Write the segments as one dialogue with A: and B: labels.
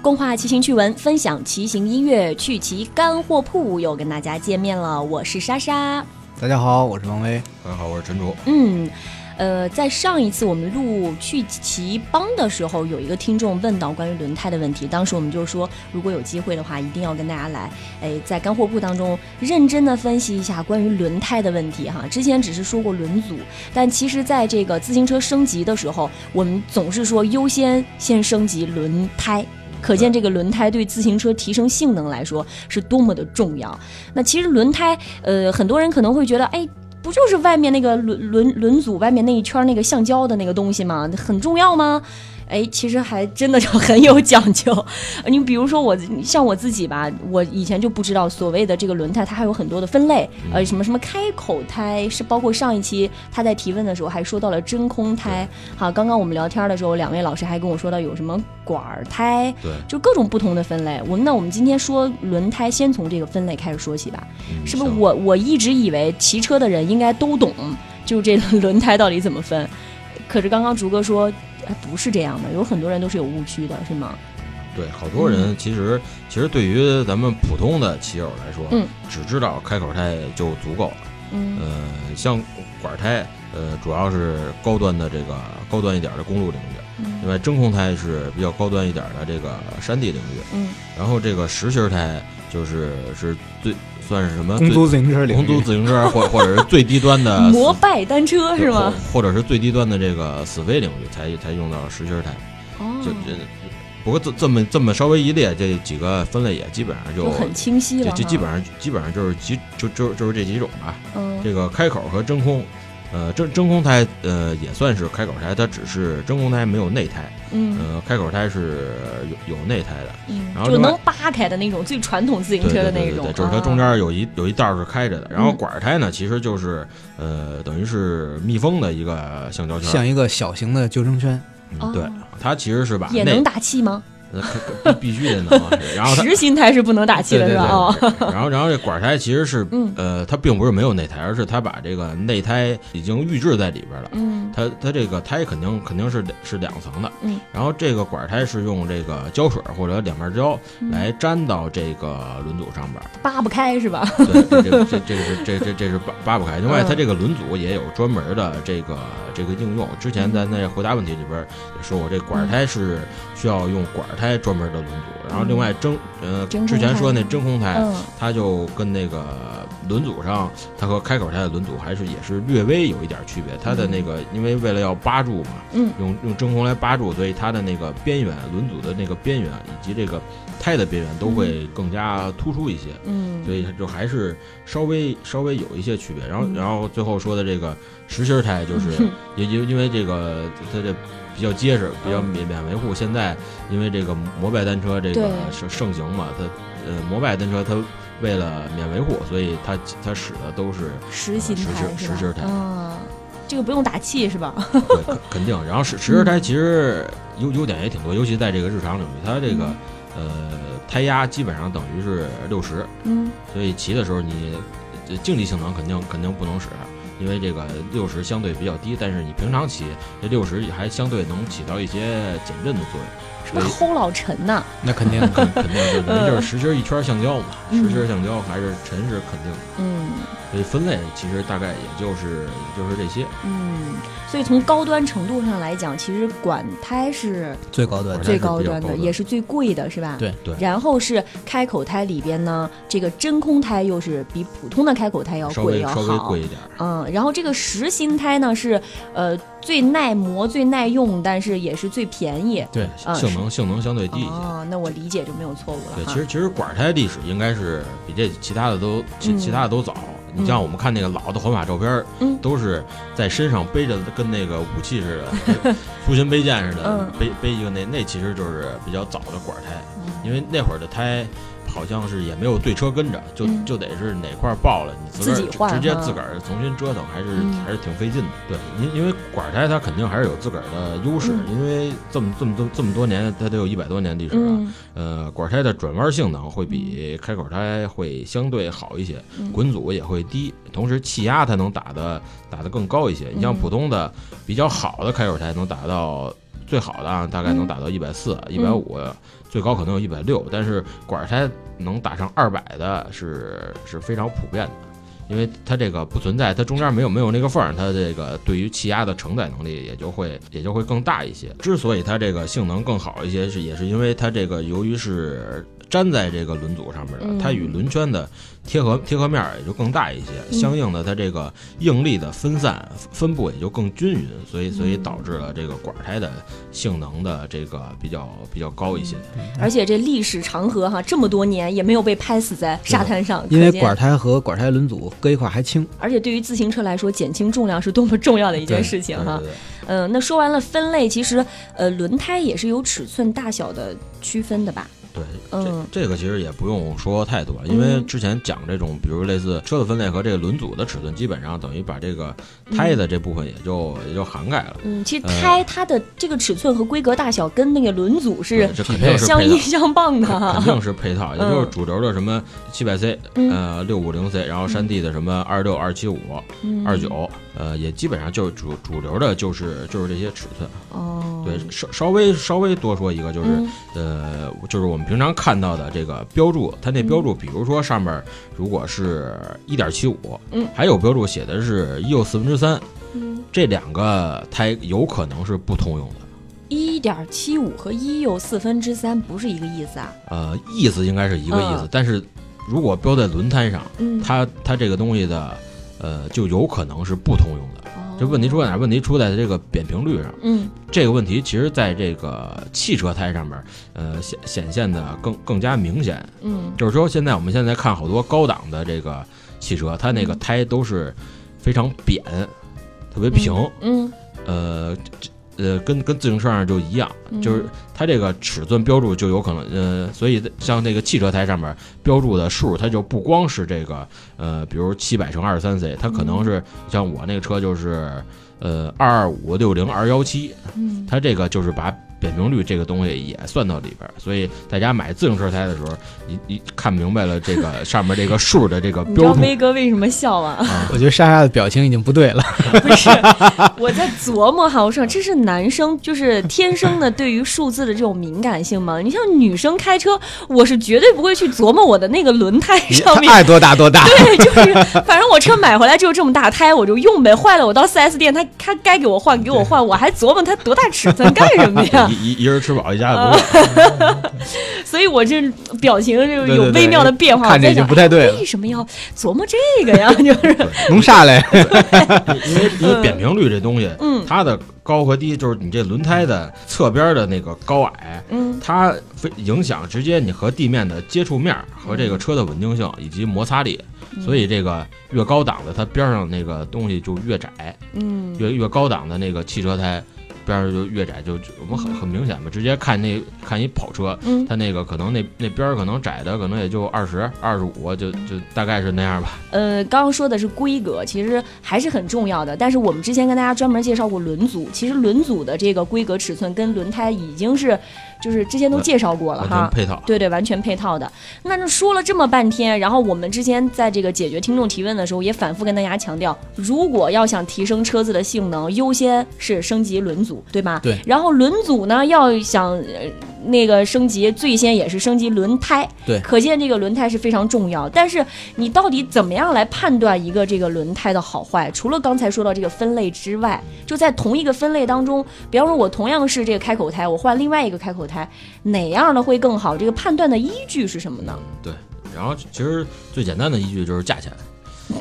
A: 共话骑行趣闻，分享骑行音乐，趣骑干货铺又跟大家见面了。我是莎莎，
B: 大家好，我是王威。
C: 大家好，我是陈竹。
A: 嗯，呃，在上一次我们录去骑帮的时候，有一个听众问到关于轮胎的问题，当时我们就说，如果有机会的话，一定要跟大家来，哎，在干货铺当中认真的分析一下关于轮胎的问题哈。之前只是说过轮组，但其实在这个自行车升级的时候，我们总是说优先先升级轮胎。可见这个轮胎对自行车提升性能来说是多么的重要。那其实轮胎，呃，很多人可能会觉得，哎，不就是外面那个轮轮轮组外面那一圈那个橡胶的那个东西吗？很重要吗？哎，其实还真的就很有讲究。 呃你比如说我，像我自己吧，我以前就不知道所谓的这个轮胎，它还有很多的分类，呃，什么什么开口胎，是包括上一期他在提问的时候还说到了真空胎。好，刚刚我们聊天的时候，两位老师还跟我说到有什么管儿胎，
C: 对，
A: 就各种不同的分类。我们那我们今天说轮胎，先从这个分类开始说起吧。
C: 嗯
A: 是不是我我一直以为骑车的人应该都懂，就是这个轮胎到底怎么分？可是刚刚竹哥说，哎，不是这样的，有很多人都是有误区的，是吗？
C: 对，好多
A: 嗯
C: 人其实其实对于咱们普通的骑友来说，
A: 嗯，
C: 只知道开口胎就足够了。
A: 嗯
C: 呃，像管胎，呃，主要是高端的这个高端一点的公路领域，
A: 嗯
C: 另外真空胎是比较高端一点的这个山地领域，
A: 嗯
C: 然后这个实心胎就是是最算是什
A: 啊
C: 么
B: 公
C: 最
B: 租自行车领
C: 红租
B: 域，
C: 自行车或或者是最低端的
A: 摩拜单车是吗？
C: 或或者是最低端的这个死飞领域才才用到实心胎。
A: 哦
C: 就，这，不过这这么这么稍微一列，这几个分类也基本上就
A: 就很清晰
C: 就
A: 了哈。
C: 就基本上基本上就是几就就就是这几种吧。
A: 嗯
C: 这个开口和真空，呃，真真空胎呃也算是开口胎，它只是真空胎没有内胎，
A: 嗯
C: 呃，开口胎是有有内胎的。
A: 嗯
C: 然，后
A: 就
C: 另外
A: 能扒开的那种最传统自行
C: 对
A: 车
C: 对
A: 的
C: 对
A: 那
C: 对
A: 种
C: 对，，就是它
A: 啊
C: 中间有一有一道是开着的，然后
A: 嗯
C: 管胎呢，其实就是呃，等于是密封的一个橡胶圈
B: 像
C: 儿，
B: 一个小型的救生圈，
C: 嗯对
A: 哦，
C: 它其实是把
A: 也
C: 内
A: 能打气吗？
C: 呃可可必须得能啊，然后它
A: 实心胎是不能打气的
C: 对对
A: 是吧？哦，
C: 对，然后然后这管胎其实是
A: 嗯
C: 呃，它并不是没有内胎，而是它把这个内胎已经预制在里边了。
A: 嗯
C: 它它这个胎肯定肯定是两是两层的，
A: 嗯，
C: 然后这个管胎是用这个胶水或者两面胶
A: 嗯
C: 来粘到这个轮组 上边儿，
A: 扒不开是吧？
C: 对，这这这这是这这这是扒扒不开。另外，
A: 嗯
C: 它这个轮组也有专门的这个这个应用。之前
A: 嗯
C: 咱在回答问题里边也说过，这管胎是需要用管胎专门的轮组，然后另外真呃
A: 嗯真空
C: 之前说那
A: 胎
C: 真空胎，
A: 嗯
C: 它就跟那个轮组上，它和开口胎的轮组还是也是略微有一点区别。它的那个，因为为了要扒住嘛，
A: 嗯，
C: 用用真空来扒住，所以它的那个边缘轮组的那个边缘以及这个胎的边缘都会更加突出一些，
A: 嗯，
C: 所以它就还是稍微稍微有一些区别。然后
A: 嗯
C: 然后最后说的这个实心胎，就是
A: 嗯
C: 因因因为这个它这。比较结实，比较
A: 嗯
C: 免免维护。现在因为这个摩拜单车这
A: 对
C: 个盛盛行嘛，它呃摩拜单车它为了免维护，所以它它使的都 是
A: 实心
C: 实
A: 胎
C: 心
A: 是吧？
C: 实心胎
A: 嗯，这个不用打气是吧？
C: 对，肯肯定。然后实实时
A: 嗯
C: 胎其实优优点也挺多，尤其在这个日常领域，它这个呃胎压基本上等于是六十，
A: 嗯，
C: 所以骑的时候你呃竞技性能肯定肯定不能使，因为这个六十相对比较低。但是你平常骑这六十还相对能起到一些减震的作
A: 是不
C: 用，所
A: 是
C: 以
A: 齁老沉呐？
B: 那肯定
C: 肯肯定就等于 就
A: 嗯
C: 是实心一圈橡胶嘛，
A: 嗯
C: 实心橡胶还是沉是肯定的。
A: 嗯
C: 所以分类其实大概也就是也就是这些，
A: 嗯，所以从高端程度上来讲，其实管胎是
B: 最高端的
C: 管胎
A: 最
C: 是比较
A: 高端
C: 高
A: 的，
C: 端
A: 也是最贵的，是吧？
B: 对
C: 对
A: 然后是开口胎里边呢，这个真空胎又是比普通的开口胎要
C: 稍
A: 贵
C: 微
A: 要
C: 稍微
A: 好。
C: 贵一点儿。
A: 嗯，然后这个实心胎呢是，呃，最耐磨、最耐用，但是也是最便宜。
B: 对，
A: 嗯
C: 性能性能相对低一些。
A: 哦，那我理解就没有错误了哈。
C: 对，其实其实管胎历史应该是比这其他的都其
A: 嗯
C: 其他的都早。
A: 嗯
C: 你像我们看那个老的环法照片儿
A: 嗯，
C: 都是在身上背着跟那个武器似 的，粗心背剑似的
A: 嗯，
C: 背背一个那那其实就是比较早的管胎，
A: 嗯
C: 因为那会儿的胎好像是也没有对车跟着，就
A: 嗯
C: 就得是哪块儿爆了，你自个
A: 自己
C: 儿
A: 换
C: 直接
A: 哈
C: 自个儿重新折腾，还是
A: 嗯
C: 还是挺费劲的。对，因因为管胎它肯定还是有自个儿的优势
A: 嗯，
C: 因为这么这么多这么多年，它得有一百多年历史了。
A: 嗯
C: 呃，管胎的转弯性能会比开口胎会相对好一些，
A: 嗯
C: 滚阻也会低，同时气压它能打的打得更高一些。你像
A: 嗯
C: 普通的比较好的开口胎能达到。最好的啊，大
A: 嗯
C: 概能打到一百四、一百五，最高可能有一百六。但是管儿胎能打上二百的是是非常普遍的，因为它这个不存在，它中间没有没有那个缝儿，它这个对于气压的承载能力也就会也就会更大一些。之所以它这个性能更好一些，是也是因为它这个由于是粘在这个轮组上面
A: 嗯
C: 的，它与轮圈的贴合贴合面儿也就更大一些，
A: 嗯
C: 相应的它这个应力的分散分布也就更均匀，所以所以导致了这个管儿胎的性能的这个比较比较高一些。
A: 而且这历史长河哈，这么多年也没有被拍死在沙滩上，
B: 因为
A: 可见
B: 管胎和管胎轮组搁一块儿还 轻，
A: 而且对于自行车来说，减轻重量是多么重要的一件
B: 对
A: 事情
C: 对
A: 哈
C: 对。对
A: 嗯、那说完了分类，其实呃，轮胎也是有尺寸大小的区分的吧？
C: 对，
A: 嗯
C: 这这个其实也不用说太多，因为
A: 嗯
C: 之前讲这种，比如类似车的分类和这个轮组的尺寸，基本上等于把这个胎的这部分也就、也就涵盖了。
A: 嗯，其实
C: 呃
A: 胎它的这个尺寸和规格大小跟那个轮组是
C: 对这肯定是
A: 相
C: 配
A: 依
C: 套。
A: 相伴的
C: 肯
A: 哈
C: 肯。定是 配套，也就是主流的什么七百 C，
A: 嗯
C: 呃，六五零 C，然后山地的什么二六、二七五、
A: 嗯
C: 二九，呃，也基本上就是主主流的，就是就是这些尺寸。
A: 哦，
C: 对，稍稍微稍微多说一个，就是、
A: 嗯
C: 呃，就是我们平常看到的这个标注，它那标
A: 嗯
C: 注，比如说上面儿如果是一点七五，
A: 嗯，
C: 还有标注写的是一又四分之三，
A: 嗯，
C: 这两个胎有可能是不通用的。
A: 一点七五和一又四分之三不是一个意思啊。
C: 呃，意思应该是一个意思，
A: 嗯
C: 但是如果标在轮胎上，
A: 嗯，
C: 它它这个东西的，呃，就有可能是不通用的。这问题出在哪儿？问题出在这个扁平率上。
A: 哦嗯
C: 这个问题其实在这个汽车胎上面儿，呃，显显现的更更加明显。
A: 嗯
C: 就是说，现在我们现在看好多高档的这个汽车，它那个胎都是非常扁，特别平，
A: 嗯
C: 呃，这呃，跟跟自行车上就一样，
A: 嗯
C: 就是它这个尺寸标注就有可能，呃，所以像那个汽车胎上面标注的数，它就不光是这个，呃，比如七百乘二十三 C，它可能
A: 嗯
C: 是像我那个车就是，呃，二二五六零二幺七，
A: 嗯
C: 它这个就是把扁平率这个东西也算到里边儿，所以大家买自行车胎的时候，你你看明白了这个上面这个数的这个
A: 你知道
C: 标注
A: 威哥为什么笑吗？
B: 我觉得莎莎的表情已经不对 了。
A: 不是，我在琢磨哈，我说这是男生就是天生的对于数字的这种敏感性吗？你像女生开车，我是绝对不会去琢磨我的那个轮胎上 面。
B: 爱多大多大，
A: 对，就是，反正我车买回来就是这么大胎，我就用呗。坏了，我到 4S 店，他他该给我换给我换，我还琢磨它多大尺 寸干什么呀？
C: 一一一人吃饱一家
A: 啊
C: 子不饿。
A: 所以我这表情就
B: 对
A: 有
B: 对对
A: 微妙的变化。
B: 看着已
A: 我在
B: 经
A: 想
B: 不太对
A: 哎
B: 了，
A: 为什么要琢磨这个呀？ 就是，
B: 弄啥嘞？
C: 因为因为扁平率这东西，
A: 嗯
C: 它的高和低就是你这轮胎的侧边的那个高矮，
A: 嗯
C: 它非影响直接你和地面的接触面儿和这个车的稳定性以及摩擦力，
A: 嗯
C: 所以这个越高档的它边上那个东西就越窄，
A: 嗯，
C: 越越高档的那个汽车胎边上就越窄，就就我们很很明显嘛，直接看那看一跑车，
A: 嗯
C: 它那个可能那那边儿可能窄的可能也就二十二十五，就就大概是那样吧。
A: 呃，刚刚说的是规格，其实还是很重要的。但是我们之前跟大家专门介绍过轮组，其实轮组的这个规格尺寸跟轮胎已经是，就是之前都介绍过了
C: 完
A: 哈
C: 全。配套。
A: 对对，完全配套的。那这说了这么半天，然后我们之前在这个解决听众提问的时候，也反复跟大家强调，如果要想提升车子的性能，优先是升级轮组，对吧？
B: 对
A: 然后轮组呢，要想呃那个升级，最先也是升级轮胎。
B: 对
A: 可见这个轮胎是非常重要。但是你到底怎么样来判断一个这个轮胎的好坏？除了刚才说到这个分类之外，就在同一个分类当中，比方说我同样是这个开口胎，我换另外一个开口胎，哪样的会更好？这个判断的依据是什么呢？
C: 嗯对，然后其实最简单的依据就是价钱，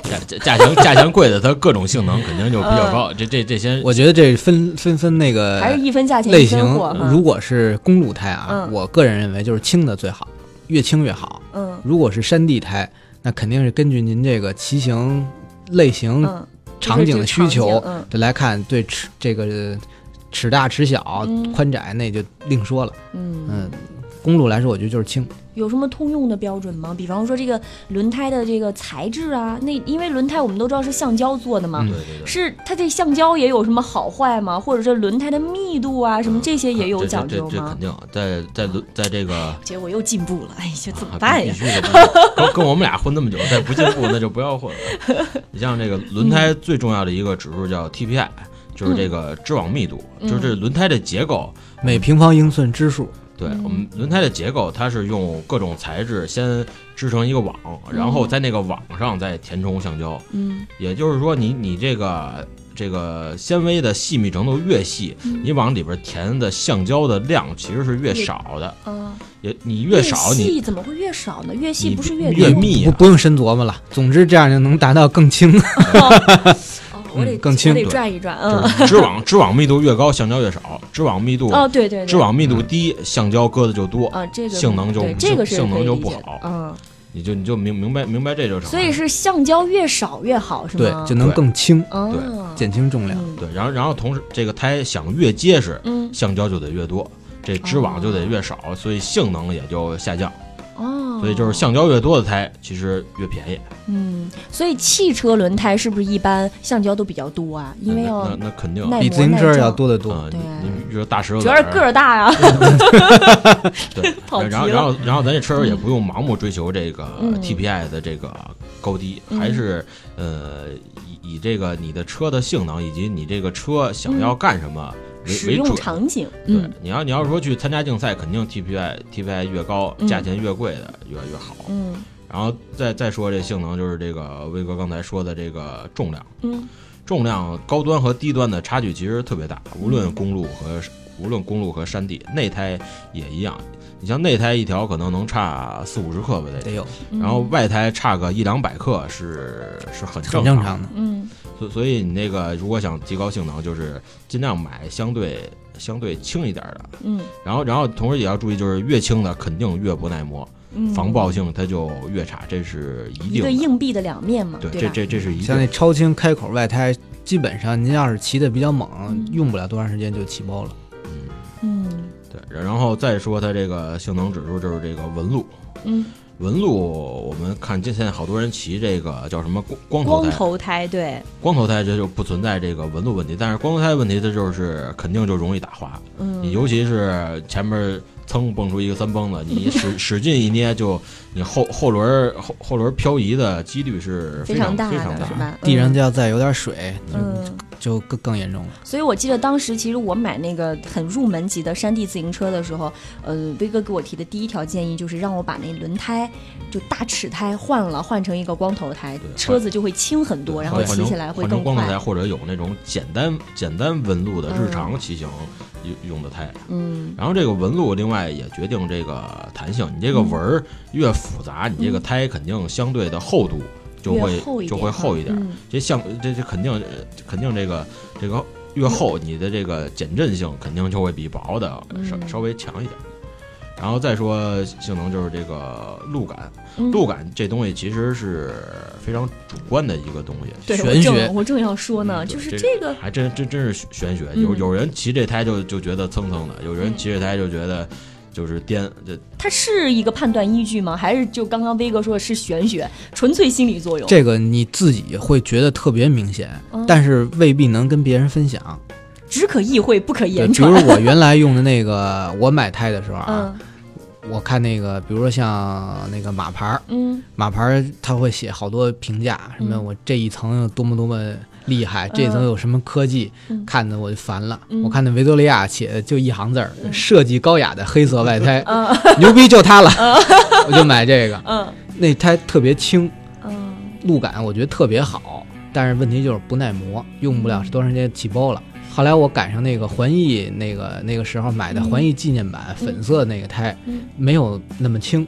C: 价价价钱价钱贵的，它各种性能肯定就比较
A: 嗯
C: 高。这这这些，
B: 我觉得这分分分那个
A: 还是一分价钱一
B: 类型
A: 分货哈，？
B: 如果是公路胎啊，
A: 嗯
B: 我个人认为就是轻的最好，越轻越好。
A: 嗯
B: 如果是山地胎，那肯定是根据您这个骑行类型、
A: 嗯，
B: 场景的需
A: 就是这
B: 求
A: 个场景嗯
B: 这来看，对尺这个尺大尺小、
A: 嗯
B: 宽窄那就另说了。
A: 嗯
B: 嗯，公路来说，我觉得就是轻。
A: 有什么通用的标准吗？比方说这个轮胎的这个材质啊，那因为轮胎我们都知道是橡胶做的嘛，
B: 嗯
C: 对对对。
A: 是它这橡胶也有什么好坏吗？或者是轮胎的密度啊，什么这些也有
C: 嗯这
A: 讲究
C: 这这这
A: 吗
C: 肯？定在在轮在这个，
A: 结果又进步了，哎，这怎么
C: 啊
A: 办
C: 必
A: 呀？
C: 须的，必须的跟跟我们俩混那么久，再
A: 嗯
C: 不进步那就不要混了。你像这个轮胎最重要的一个指数叫 TPI，就是这个织网密度，
A: 嗯
C: 就是轮胎的结构。
B: 每平方英寸支数，
C: 对
A: 嗯
C: 我们轮胎的结构，它是用各种材质先织成一个网，然后在那个网上再填充橡胶。
A: 嗯
C: 也就是说你，你这个这个纤维的细密程度越细，
A: 嗯
C: 你往里边填的橡胶的量其实是越少的。
A: 啊，
C: 也你越少，你
A: 细怎么会越少呢？越细
C: 你
A: 不是越
C: 越
A: 多吗
C: 密
B: 不
C: 啊。
B: 不用深琢磨了。总之这样就能达到更轻。
A: 哦，我得
B: 嗯更轻
A: 我得
C: 对
A: 转一转，嗯
C: 就，是织网织网密度越高，橡胶越少；织网密度
A: 哦，对对对，
C: 织网密度低，橡胶搁的就多，
A: 啊，这个
C: 性能就
A: 对这个是
C: 性能
A: 可以
C: 就
A: 理
C: 不
A: 解的
C: 好
A: 嗯，
C: 你就你就明明白明白这就成了。
A: 所以是橡胶越少越好，是
B: 对
A: 吗？，
B: 就能更轻，
A: 哦
B: 减轻重量。
A: 嗯
C: 对，然后然后同时这个胎想越结实，
A: 嗯
C: 橡胶就得越多，这织网就得越少，所以性能也就下降。
A: 哦，
C: 所以就是橡胶越多的胎，其实越便宜。
A: 嗯，所以汽车轮胎是不是一般橡胶都比较多啊？因为
C: 嗯那
A: 要
C: 那那肯定，
A: 耐
B: 比自行车要多得多。
C: 嗯，
A: 对
C: 你你比如大石头
A: 主
C: 子
A: 要
C: 儿，
A: 是个儿大呀，
C: 对
A: 跑，
C: 然后
A: 题
C: 然
A: 了
C: 后然后咱这车友也不用盲目追求这个
A: 嗯
C: TPI 的这个高低，
A: 嗯
C: 还是呃以以这个你的车的性能以及你这个车想要干什么为、
A: 嗯使
C: 为
A: 用
C: 准。
A: 场景，
C: 对
A: 嗯，
C: 你要你要说去参加竞赛，肯定 TPI TPI 越高，
A: 嗯
C: 价钱越贵的越越好。
A: 嗯
C: 然后再再说这性能，就是这个威哥刚才说的这个重量，
A: 嗯
C: 重量高端和低端的差距其实特别大，无论公路和无论公路和山地，内胎也一样。你像内胎一条可能能差四五十克吧
B: 得
C: 得，
B: 有，
A: 嗯，
C: 然后外胎差个一两百克是是很
B: 很
C: 正
B: 正
C: 常
B: 常的。
A: 嗯
C: 所所以你那个如果想提高性能，就是尽量买相对相对轻一点的，
A: 嗯
C: 然后然后同时也要注意，就是越轻的肯定越不耐磨，
A: 嗯，
C: 防爆性它就越差，这是一
A: 一
C: 定
A: 个
C: 的。
A: 硬币的两面嘛，
C: 对，
A: 吧？
C: 这这这是一
B: 像
C: 定
B: 那
C: 的。
B: 超轻开口外胎，基本上您要是骑的比较猛
A: 嗯，
B: 用不了多长时间就起包了。
C: 嗯
A: 嗯
C: 对，然后再说它这个性能指数，就是这个纹路。
A: 嗯，
C: 纹路，我们看现在好多人骑这个叫什么光光头
A: 光
C: 胎，
A: 头胎，对，
C: 光头胎这就不存在这个纹路问题，但是光头胎问题它就是肯定就容易打滑，
A: 嗯，
C: 你尤其是前面噌蹦出一个三蹦子，你使使劲一捏就，你后后轮儿后后轮儿漂移的几率是
A: 非
C: 常
A: 常大
C: 非常
A: 的是
C: 大。
A: 吧？
B: 地上
A: 嗯
B: 就要再有点水，
A: 嗯，
B: 就更更严重了。
A: 所以我记得当时其实我买那个很入门级的山地自行车的时候，呃，威哥给我提的第一条建议就是让我把那轮胎就大齿胎换了，换成一个光头胎
C: 对，换
A: 车子就会轻很多，
C: 对
A: 然后
C: 换换
A: 骑
C: 成
A: 起来会
C: 换成
A: 更
C: 光头胎，
A: 快。
C: 或者有那种简单简单纹路的
A: 嗯
C: 日常骑行用用的胎。
A: 嗯
C: 然后这个纹路另外也决定这个弹性，你这个
A: 嗯
C: 纹儿越复杂，你这个
A: 嗯
C: 胎肯定相对的厚度就
A: 越
C: 会
A: 厚一
C: 就
A: 点
C: 会
A: 啊
C: 厚一点。
A: 嗯
C: 这像这这肯定呃肯定这个这个越厚，你的这个减震性肯定就会比薄的稍
A: 嗯
C: 稍微强一点。然后再说性能，就是这个路感，
A: 嗯
C: 路感这东西其实是非常主观的一个东西，
A: 对，我
B: 玄学
A: 正我正要说呢，
C: 嗯对
A: 就是
C: 这
A: 这个，
C: 还真真真是玄学。
A: 嗯
C: 有有人骑这胎就就觉得蹭蹭的，有人
A: 嗯
C: 骑这胎就觉得就是颠，这
A: 它是一个判断依据吗？还是就刚刚威哥说的是玄学，纯粹心理作用？
B: 这个你自己会觉得特别明显，
A: 嗯
B: 但是未必能跟别人分享。
A: 只可意会不可
B: 对，
A: 言
B: 比如
A: 传。
B: 我原来用的那个， 我买胎的时候啊，
A: 嗯
B: 我看那个，比如说像那个马牌儿，
A: 嗯
B: 马牌儿它会写好多评价，什么
A: 嗯
B: 我这一层有多么多么厉害，这一层有什么科技，
A: 嗯
B: 看的我就烦了。
A: 嗯
B: 我看那维多利亚写的就一行字儿：
A: 嗯
B: 设计高雅的黑 色外胎，
A: 嗯
B: 牛逼就它了， 我就买这个。
A: 嗯
B: 那胎特别轻，
A: 嗯，
B: 路感我觉得特别好，但是问题就是不耐磨，用不了多长时间起包了。后来我赶上那个环意那个那个时候买的
A: 嗯
B: 环意纪念版粉色那个胎，
A: 嗯
B: 没有那么轻，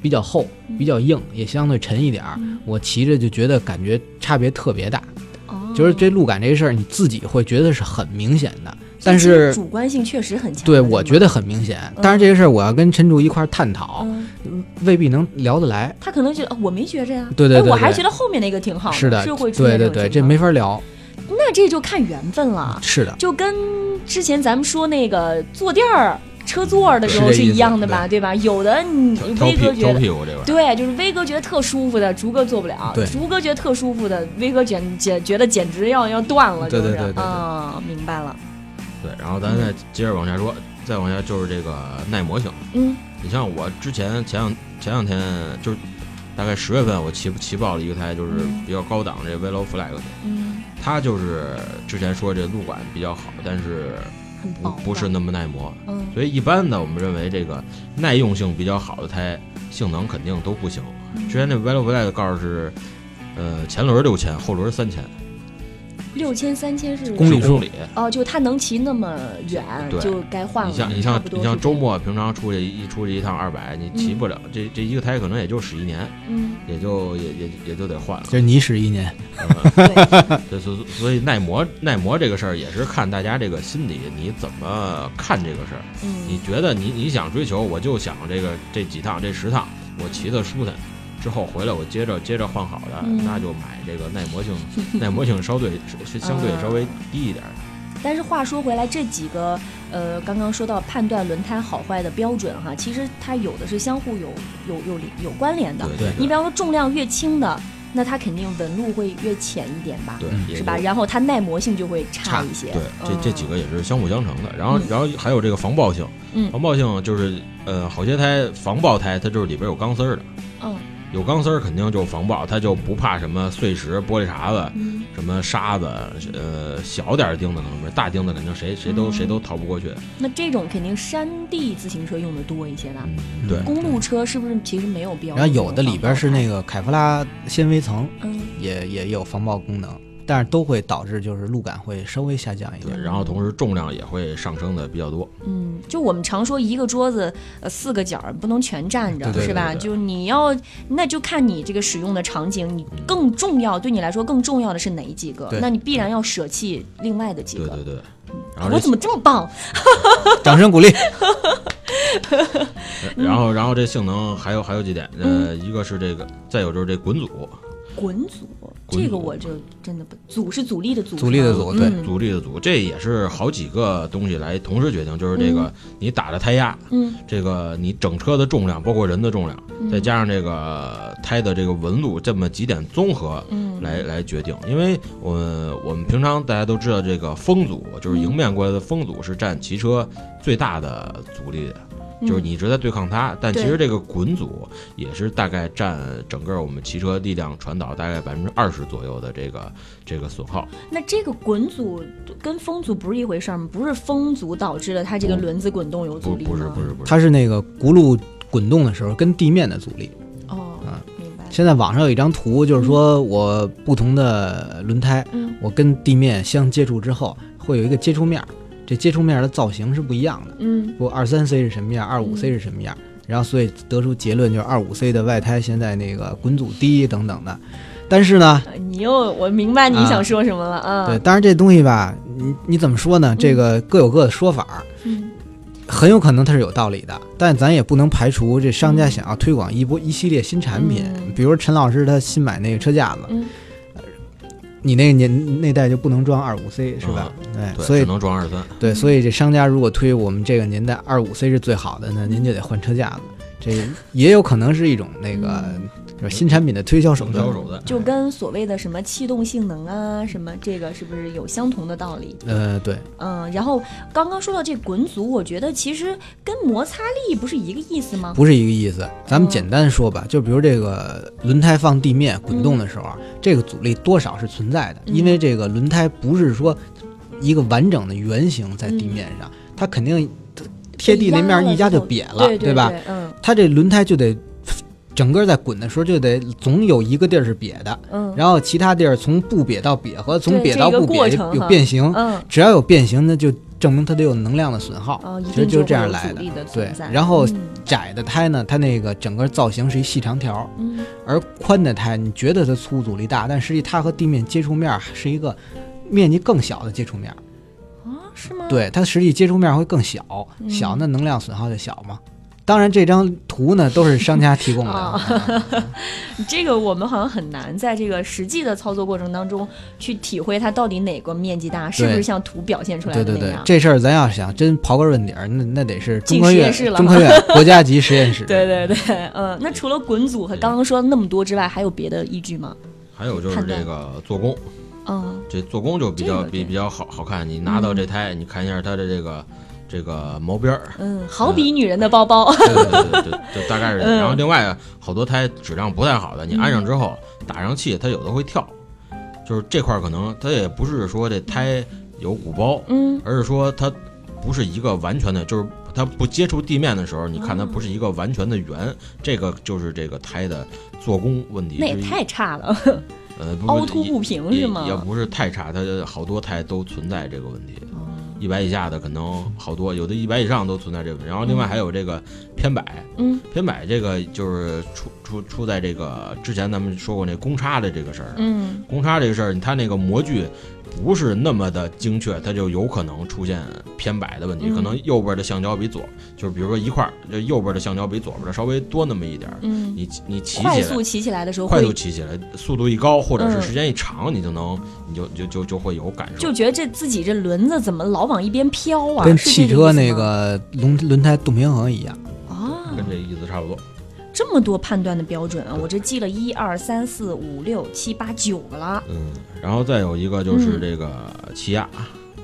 B: 比较厚，比较硬，也相对沉一点儿。
A: 嗯
B: 我骑着就觉得感觉差别特别大，
A: 哦
B: 就是这路感这事儿你自己会觉得是很明显
A: 所
B: 的，
A: 以
B: 但
A: 其实
B: 是
A: 主观性确实很强。
B: 对我觉
A: 得，
B: 得很明显。但是这个事儿我要跟陈柱一块儿探讨，
A: 嗯，
B: 未必能聊得来。
A: 他可能觉得哦我没觉着呀，
B: 对对
A: 哎
B: 对
A: 我还
B: 对
A: 觉得后面那个挺好
B: 是的，
A: 是会出
B: 对
A: 现
B: 对
A: 种
B: 对，这
A: 情况啊
B: 没法聊。
A: 那这就看缘分了，
B: 是的，
A: 就跟之前咱们说那个坐垫儿、车座儿的时候
B: 是这
A: 是
B: 意
A: 一
B: 思
A: 样的吧，对吧？有的你
C: 挑挑
A: 威哥
C: 屁
A: 觉
C: 挑
A: 得。
C: 屁股这块儿。
A: 对，就是威哥觉得特舒服的，竹哥做不了
B: 对；
A: 竹哥觉得特舒服的，威哥简简觉得简直要要断了，
B: 对
A: 就是
B: 对对对对
A: 啊、明白了，
C: 对，然后咱再接着往下说，再往下就是这个耐磨性。
A: 嗯
C: 你像我之前前两前两天就是大概十月份，我骑骑爆了一个胎，就是
A: 嗯
C: 比较高档这 Velo Flex，
A: 嗯
C: 它就是之前说这路感比较好，但是
A: 很
C: 不
A: 薄
C: 不是
A: 的，
C: 那么耐磨，
A: 嗯，
C: 所以一般的我们认为这个耐用性比较好的胎，性能肯定都不行。
A: 嗯
C: 之前那 Velo v e l 的告诉是，呃，前轮六千，后轮三千，
A: 六千三千是
B: 公里
C: 是
B: 数
C: 公里。
A: 哦，就它能骑那么远，
C: 对
A: 就该换了。
C: 你像你
A: 差
C: 像
A: 不多
C: 你
A: 是这样
C: 像周，末平常出去一出去一趟二百，你骑不了，这这一个胎可能也就使一年，
A: 嗯，
C: 也就也也也就得换了
B: 就。是你使一年，
A: 对，
C: 对，所所以耐磨耐磨这个事儿也是看大家这个心理你怎么看这个事儿。你
A: 嗯，
C: 觉得你你想追求，我就想这个这几趟这十趟我骑的舒坦，之后回来我接着接着换好的，
A: 嗯
C: 那就买这个耐磨性 耐磨性稍对是相对稍微低一点儿。
A: 但是话说回来，这几个呃，刚刚说到判断轮胎好坏的标准哈，其实它有的是相互有有有有关联的。
C: 对
A: 你比
C: 对
A: 方说重量越轻的，那它肯定纹路会越浅一点吧，
C: 对
B: 嗯，
C: 也
A: 是吧？
C: 就
A: 然后它耐磨性就会差
C: 差
A: 一些。
C: 对，这这几个也是相辅相成的。然后
A: 嗯
C: 然后还有这个防爆性
A: 嗯，
C: 防爆性就是呃好些胎防爆胎它就是里边有钢丝儿的，
A: 嗯
C: 有钢丝儿肯定就防爆，它就不怕什么碎石、玻璃碴子。
A: 嗯
C: 什么沙子，呃，小点儿钉子可能不是，大钉子肯定谁谁
A: 嗯
C: 都谁都逃不过去。
A: 那这种肯定山地自行车用的多一些吧。
C: 嗯，对，
A: 啊公路车是不是其实没有必要？
B: 然后有的里边是那
A: 个，
B: 个凯夫拉纤维层，
A: 嗯，
B: 也也有防爆功能，但是都会导致就是路感会稍微下降一
C: 对，
B: 点。
C: 然后同时重量也会上升的比较多。
A: 嗯，就我们常说一个桌子，呃，四个角儿不能全站着，
B: 对对
A: 是吧？
C: 对对
A: 就你要，那就看你这个使用的场景，你更重要，对你来说更重要的是哪几个？
B: 对
A: 那你必然要舍弃另外的几
C: 对
A: 个。哎
C: 对对。然后
A: 我怎
C: 这，
A: 么嗯这么棒？
B: 掌声鼓 励。
C: 然后然后这性能还有还有几点，呃，
A: 嗯
C: 一个是这个，再有就是这滚阻，
A: 滚阻，这
C: 滚
A: 个
C: 阻
A: 我就真的不，阻是阻力的阻，
B: 阻力的阻
A: 是吧
B: 对
A: 嗯
C: 阻力的阻，这也是好几个东西来同时决定，就是这个你打的胎压，
A: 嗯，
C: 这个你整车的重量，包括人的重量，再加上这个胎的这个纹路，这么几点综合，
A: 嗯
C: 来来决定。因为我们我们平常大家都知道，这个风阻
A: 嗯
C: 就是迎面过来的风阻是占骑车最大的阻力的，
A: 嗯
C: 就是你一直在对抗它。但其实这个滚阻也是大概占整个我们骑车力量传导大概百分之二十左右的这个这个损耗。
A: 那这个滚阻跟风阻不是一回事儿吗？不是风阻导致了它这个
C: 不
A: 轮子滚动有
C: 不
A: 阻力吗？
C: 不是不是不是，
B: 它是那个轱辘滚动的时候跟地面的阻力。
A: 哦
B: 啊，
A: 明白了。
B: 现在网上有一张图，就是说我不同的轮胎，
A: 嗯
B: 我跟地面相接触之后，会有一个接触面儿，这接触面儿的造型是不一样的。
A: 嗯
B: 不，二三 C 是什么样，二五 C 是什么样，然后所以得出结论就是二五 C 的外胎现在那个滚阻低等等的。但是呢，
A: 呃你又我明白你
B: 啊
A: 想说什么了啊？
B: 对，当然这东西吧，你你怎么说呢？这个各有各的说法儿，
A: 嗯
B: 很有可能它是有道理的，但咱也不能排除这商家想要推广一波一系列新产品，
A: 嗯
B: 比如陈老师他新买那个车架子，呃
A: 嗯
B: 你那个年那代就不能装二五 C 是吧？
A: 嗯
B: 对，
C: 对，
B: 所
C: 只
B: 以
C: 能装二三。
B: 对，所以这商家如果推我们这个年代二五 C 是最好的，那您就得换车架子，这也有可能是一种那个
A: 嗯
B: 就是新产品的推销手段
C: 销。手段
A: 就跟所谓的什么气动性能啊，什么这个是不是有相同的道理？
B: 呃，对，
A: 嗯，然后刚刚说到这滚阻，我觉得其实跟摩擦力不是一个意思吗？
B: 不是一个意思。咱们
A: 哦
B: 简单说吧，就比如这个轮胎放地面滚动的时候啊，这个阻力多少是存在的，
A: 嗯
B: 因为这个轮胎不是说一个完整的圆形在地面上，它肯定贴地那面一压就瘪了，
A: 对对
B: 吧？？
A: 嗯
B: 它这轮胎就得整个在滚的时候就得总有一个地儿是瘪的，
A: 嗯，
B: 然后其他地儿从不瘪到瘪和从
A: 对
B: 瘪到
A: 这一个
B: 不
A: 过
B: 瘪
A: 程
B: 有
A: 哈
B: 有变形，
A: 嗯
B: 只要有变形，那就证明它得有能量的损耗。
A: 哦，一
B: 其实
A: 定
B: 就是
A: 会
B: 这样
A: 有
B: 来
A: 阻力的
B: 对
A: 存在。，
B: 然后
A: 嗯
B: 窄的胎呢，它那个整个造型是一细长条，
A: 嗯
B: 而宽的胎你觉得它粗阻力大，但实际它和地面接触面是一个面积更小的接触面，
A: 啊，是吗？，
B: 对，它实际接触面会更小，
A: 嗯
B: 小那能量损耗就小嘛。当然，这张图呢都是商家提供的，
A: 哦
B: 啊
A: 这个我们好像很难在这个实际的操作过程当中去体会它到底哪个面积大，是不
B: 对
A: 是像图表现出来
B: 对
A: 的
B: 对
A: 那
B: 对
A: 样，？
B: 这事儿咱要想真刨根问底儿，那那得是中
A: 进
B: 科
A: 实
B: 院
A: 验室了
B: 中科院国家级实验室。
A: 对对对，嗯，那除了滚阻和刚刚说的那么多之外，还有别的依据吗？
C: 还有就是这个做工，
A: 嗯，
C: 这做工就比
A: 这
C: 较
A: 个
C: 比
A: 对嗯
C: 比较好好看。你拿到这胎，你看一下它的这个这个毛 边儿，
A: 嗯，好比女人的包包，
C: 对对对对，对，就大概是这样。
A: 嗯
C: 然后另外好多胎质量不太好的，你安上之后打上气，它有的会跳，就是这块儿可能它也不是说这胎有鼓包，
A: 嗯
C: 而是说它不是一个完全的，就是它不接触地面的时候，你看它
A: 哦
C: 不是一个完全的圆，这个就是这个胎的做工问题之
A: 那
C: 一。
A: 也太差了，
C: 呃不
A: 凹凸
C: 也
A: 不平
C: 也
A: 是吗
C: 也？不是太差，它好多胎都存在这个问题，
A: 嗯
C: 一百以下的可能好多，有的一百以上都存在这个问题。然后另外还有这个偏摆，
A: 嗯
C: 偏摆这个就是出出出在这个之前咱们说过那公差的这个事儿上，
A: 嗯
C: 公差这个事儿，它那个模具不是那么的精确，它就有可能出现偏摆的问题，
A: 嗯
C: 可能右边的橡胶比左，就是比如说一块儿，就右边的橡胶比左边的稍微多那么一点儿，
A: 嗯，
C: 你你骑起
A: 快
C: 来。
A: 速骑起来的时候
C: 快速
A: 会
C: 骑起来，速度一高，或者
A: 嗯
C: 是时间一长，你就能，你就就就就会有感受
A: 就。觉得这自己这轮子怎么老往一边飘啊？
B: 跟
A: 是这
B: 汽车
A: 意思
B: 那
A: 吗
B: 个轮轮胎动平衡一样。
A: 啊，
C: 跟这意思差不多，
A: 这么多判断的标准啊，我这记了一二三四五六七八九个了。
C: 嗯，然后再有一个就是
A: 嗯
C: 这个气压，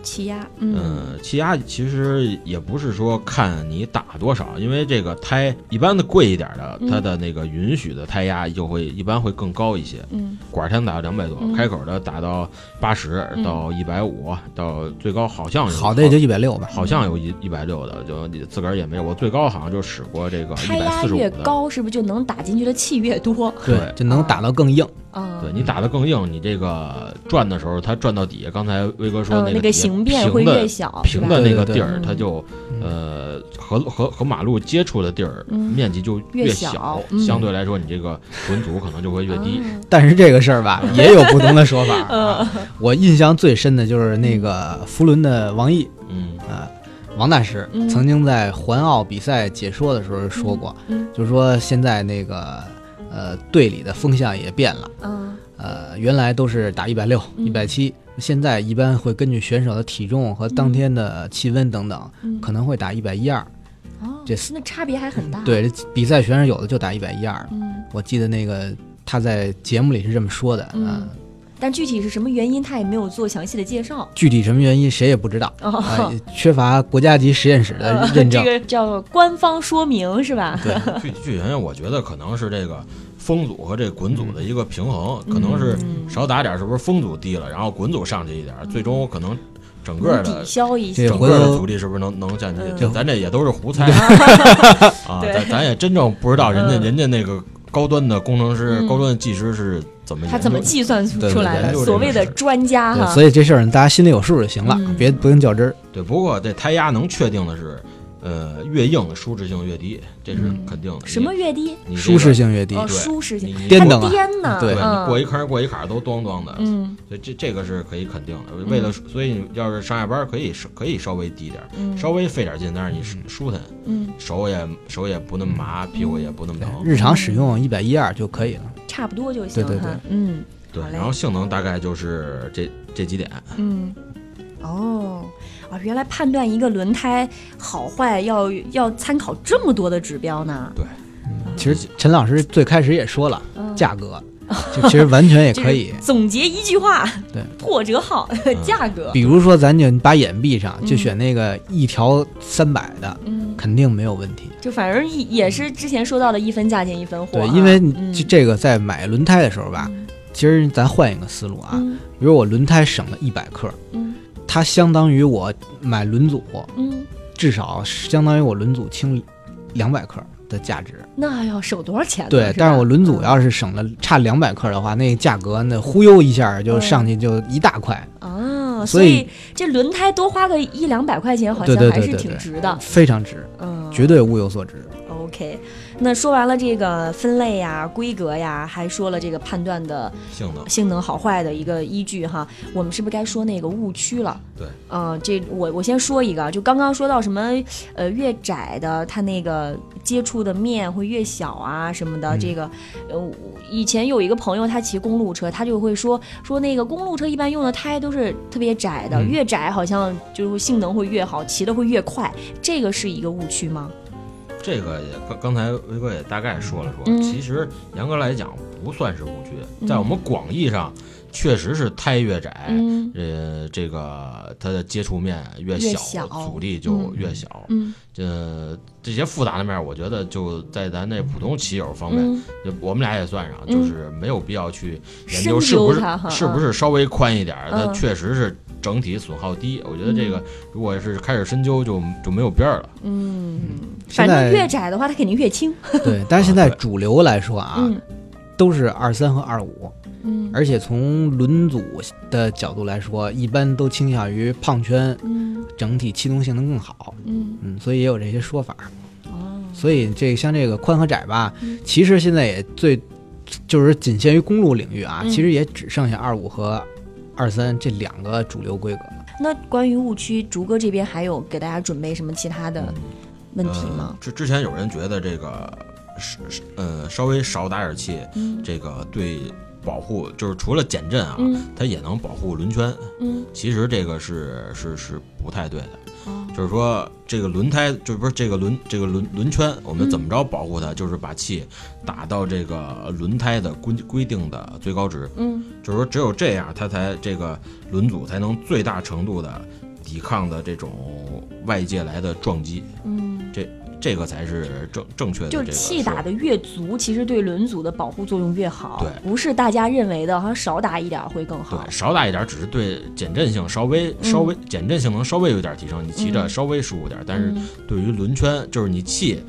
A: 气压，嗯
C: 嗯，气压其实也不是说看你打多少，因为这个胎一般的贵一点的，
A: 嗯
C: 它的那个允许的胎压就会一般会更高一些，
A: 嗯
C: 管儿胎能打到两百多
A: 嗯，
C: 开口的打到八十
A: 嗯
C: 到一百五，到最高好像有
B: 哎好的也就一百六吧。
C: 好像有一一百六的，就你自个儿也没有，我最高好像就使过这个
A: 胎
C: 一百
A: 压
C: 四十五
A: 越
C: 的。
A: 高，是不是就能打进去的气越多
B: 对，就能打到更硬。
A: 啊？
C: 对你打得更硬，你这个转的时候，它转到底下，刚才威哥说
A: 嗯，
C: 那
A: 个
C: 个
A: 形
C: 底下
A: 变会
C: 平的
A: 越小，是
C: 平
A: 吧
C: 的那个
B: 对对对
C: 地儿
A: 嗯，
C: 它就呃和和和马路接触的地儿
A: 嗯
C: 面积就
A: 越小
C: 小
A: 嗯，
C: 相对来说你这个混阻可能就会越低。
A: 啊
B: 但是这个事儿 吧，也有不同的说法、啊。
A: 嗯
B: 我印象最深的就是那个福伦的王毅
C: 嗯，
B: 啊、王大师
A: 嗯
B: 曾经在环澳比赛解说的时候说过，
A: 嗯
B: 就是说现在那个呃队里的风向也变了，
A: 嗯
B: 呃，原来都是打一百六、
A: 嗯
B: 一百七，现在一般会根据选手的体重和当天的气温等等，
A: 嗯，
B: 可能会打一百一二。
A: 哦，
B: 这
A: 那差别还很大。，
B: 对，比赛选手有的就打一百一二，
A: 嗯，
B: 我记得那个他在节目里是这么说的，
A: 嗯
B: 啊
A: 但具体是什么原因，他也没有做详细的介绍。
B: 具体什么原因谁也不知道，
A: 哦
B: 啊、也缺乏国家级实验室的 认
A: 这
B: 证。
A: 个叫官方说明是吧？
B: 对，
C: 具具体原因我觉得可能是这个风阻和这滚阻的一个平衡，可能是
A: 嗯
C: 少打点，是不是风阻低了，然后滚阻上去一点，最终可能整个
A: 能抵
C: 的。
A: 消一
B: 这
A: 些
B: 个
C: 整个的阻力是不是能能降低
A: 嗯？
C: 这咱这也都是 胡猜啊，
A: 对
C: 咱咱也真正不知道人家
A: 嗯
C: 人家那个高端的工程师
A: 嗯、
C: 高端的技师是怎么
A: 他怎么
C: 研究的
A: 计算出
B: 对
A: 出来
C: 研究
A: 的？
C: 这
A: 所
C: 个
A: 谓的
C: 事儿
A: 专家
B: 对
A: 啊哈
B: 所，以这事儿大家心里有数就行了，
A: 嗯
B: 别不用较真儿。
C: 对，不过这胎压能确定的是，呃，越硬舒适性越低，这是肯定的。
A: 嗯什么越低，
C: 你？你这
B: 舒
C: 个
B: 适性越低，
A: 哦，
C: 对
A: 舒适性，
C: 你
B: 颠等啊
A: 还颠呢，
B: 对
C: 对你过
A: 嗯
C: 一坑儿过一坎儿都咣咣的，
A: 嗯
C: 所以这这个是可以肯定的。为了所以你要是上下班儿可以稍可以稍微低点儿，
A: 嗯
C: 稍微费点劲，但是你舒舒坦，
A: 嗯，
C: 手也手也不那么麻，屁股也不那么
B: 对
C: 疼。
B: 日常使用一百一二就可以了。
A: 差不多就行
B: 对对
A: 哈，嗯
C: 对
A: 好，嘞
C: 然后性能大概就是这这几点。
A: 嗯，哦。啊，原来判断一个轮胎好坏要要参考这么多的指标呢，
B: 其实陈老师最开始也说了，
A: 嗯
B: 价格，就其实完全也 可以
A: 就。是总结一句话，
B: 对， 嗯
A: 破折号、 价格，
B: 比如说，咱就把眼闭上，
A: 嗯
B: 就选那个一条三百的，
A: 嗯，
B: 肯定没有问题。
A: 就反正一也是之前说到的一分价钱一分货啊，
B: 嗯对，因为
A: 嗯
B: 这这个在买轮胎的时候吧，
A: 嗯
B: 其实咱换一个思路啊，
A: 嗯
B: 比如我轮胎省了一百克，
A: 嗯
B: 它相当于我买轮组，
A: 嗯，
B: 至少相当于我轮组轻两百克的价值。
A: 那要省多少钱呢？
B: 对，但
A: 啊吧嗯
B: 是我轮组要是省了差两百克的话，那价格那忽悠一下
A: 嗯
B: 就上去就一大块，
A: 啊，
B: 所
A: 所
B: 以
A: 以这轮胎多花个一两百块钱，好
B: 对
A: 像
B: 对
A: 还
B: 对
A: 是
B: 对
A: 挺
B: 对
A: 值的。
B: 非常值，
A: 嗯，
B: 绝对物有所值。
A: OK。那说完了这个分类呀、规格呀，还说了这个判断的
C: 性能，
A: 性能好坏的一个依据哈，我们是不是该说那个误区了？
C: 对，
A: 嗯、这我我先说一个啊，就刚刚说到什么，呃，越窄的它那个接触的面会越小啊什么的，
B: 嗯
A: 这个，呃，我以前有一个朋友他骑公路车，他就会说说那个公路车一般用的胎都是特别窄的，
C: 嗯
A: 越窄好像就是性能会越好，骑的会越快，这个是一个误区吗？
C: 这个也刚刚才威哥也大概说了说，
A: 嗯
C: 其实严格来讲不算是误区，
A: 嗯
C: 在我们广义上，确实是胎越窄，
A: 嗯
C: 呃，这个它的接触面越
A: 越
C: 小，
A: 小
C: 阻力就越小。
A: 嗯
C: 呃，这些复杂的面儿，我觉得就在咱这普通骑友方面，
A: 嗯，
C: 就我们俩也算上，
A: 嗯
C: 就是没有必要去研究
A: 深
C: 是不
A: 究
C: 是
A: 它哈
C: 是不是稍微宽一点儿，它
A: 嗯
C: 确实是整体损耗低。我觉得这个如果是开始深究就，就没有边儿了。
A: 嗯，反
B: 现
A: 正越
B: 在
A: 窄的话，它肯定越轻。
B: 对，但是现
C: 啊
B: 在
C: 对
B: 主流来说啊，
A: 嗯
B: 都是二三和二五，
A: 嗯
B: 而且从轮组的角度来说，一般都倾向于胖圈
A: 嗯
B: 整体气动性能更好，
A: 嗯
B: 嗯，所以也有这些说法。
A: 哦，
B: 所以这像这个宽和窄吧
A: 嗯，
B: 其实现在也最就是仅限于公路领域啊，
A: 嗯
B: 其实也只剩下二五和二三这两个主流规格了。
A: 那关于误区，竹哥这边还有给大家准备什么其他的问题吗
C: 呃？之、之前有人觉得这个是是呃稍微少打点气，
A: 嗯
C: 这个对保护就是除了减震啊，
A: 嗯
C: 它也能保护轮圈。
A: 嗯
C: 其实这个是是是不太对的。
A: 哦
C: 就是说这个轮胎，就不是这个轮这个轮轮圈，我们怎么着保护它？就是把气打到这个轮胎的规规定的最高值，
A: 嗯
C: 就是说只有这样，它才这个轮组才能最大程度的抵抗的这种外界来的撞击，
A: 嗯，
C: 这个才是正正确的这
A: 就是
C: 个说
A: 气打
C: 法。
A: 的越足，其实对轮组的保护作用越好。
C: 对
A: 不是大家认为的，好像少打一点儿会更好
C: 对，。少打一点，只是对减震性稍微稍微减震性能稍微有点提升，你骑着
A: 嗯
C: 稍微舒服点。但是
A: 嗯
C: 对于轮圈，就是你气，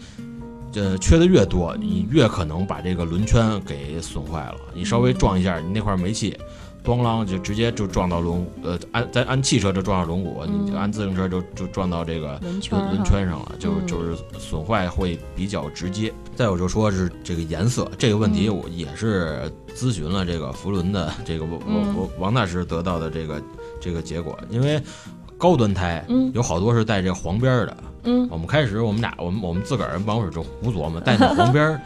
C: 呃，缺的越多，
A: 嗯
C: 你越可能把这个轮圈给损坏了。你稍
A: 嗯
C: 微撞一下，你那块没气，咣啷就直接就撞到轮，呃，按咱按汽车就撞到轮毂，
A: 嗯
C: 你就按自行车就就撞到这个
A: 轮圈儿
C: 轮轮
A: 哈
C: 圈上了，就
A: 嗯
C: 就是损坏会比较直接。再有就说是这个颜色这个问题，
A: 嗯
C: 我也是咨询了这个福伦的这个王
A: 嗯
C: 王王王大师得到的这个这个结果，因为高端胎
A: 嗯
C: 有好多是带这黄边儿的。
A: 嗯
C: 我们开始我们俩我们我们自个儿人办公室就胡琢磨，带那黄边儿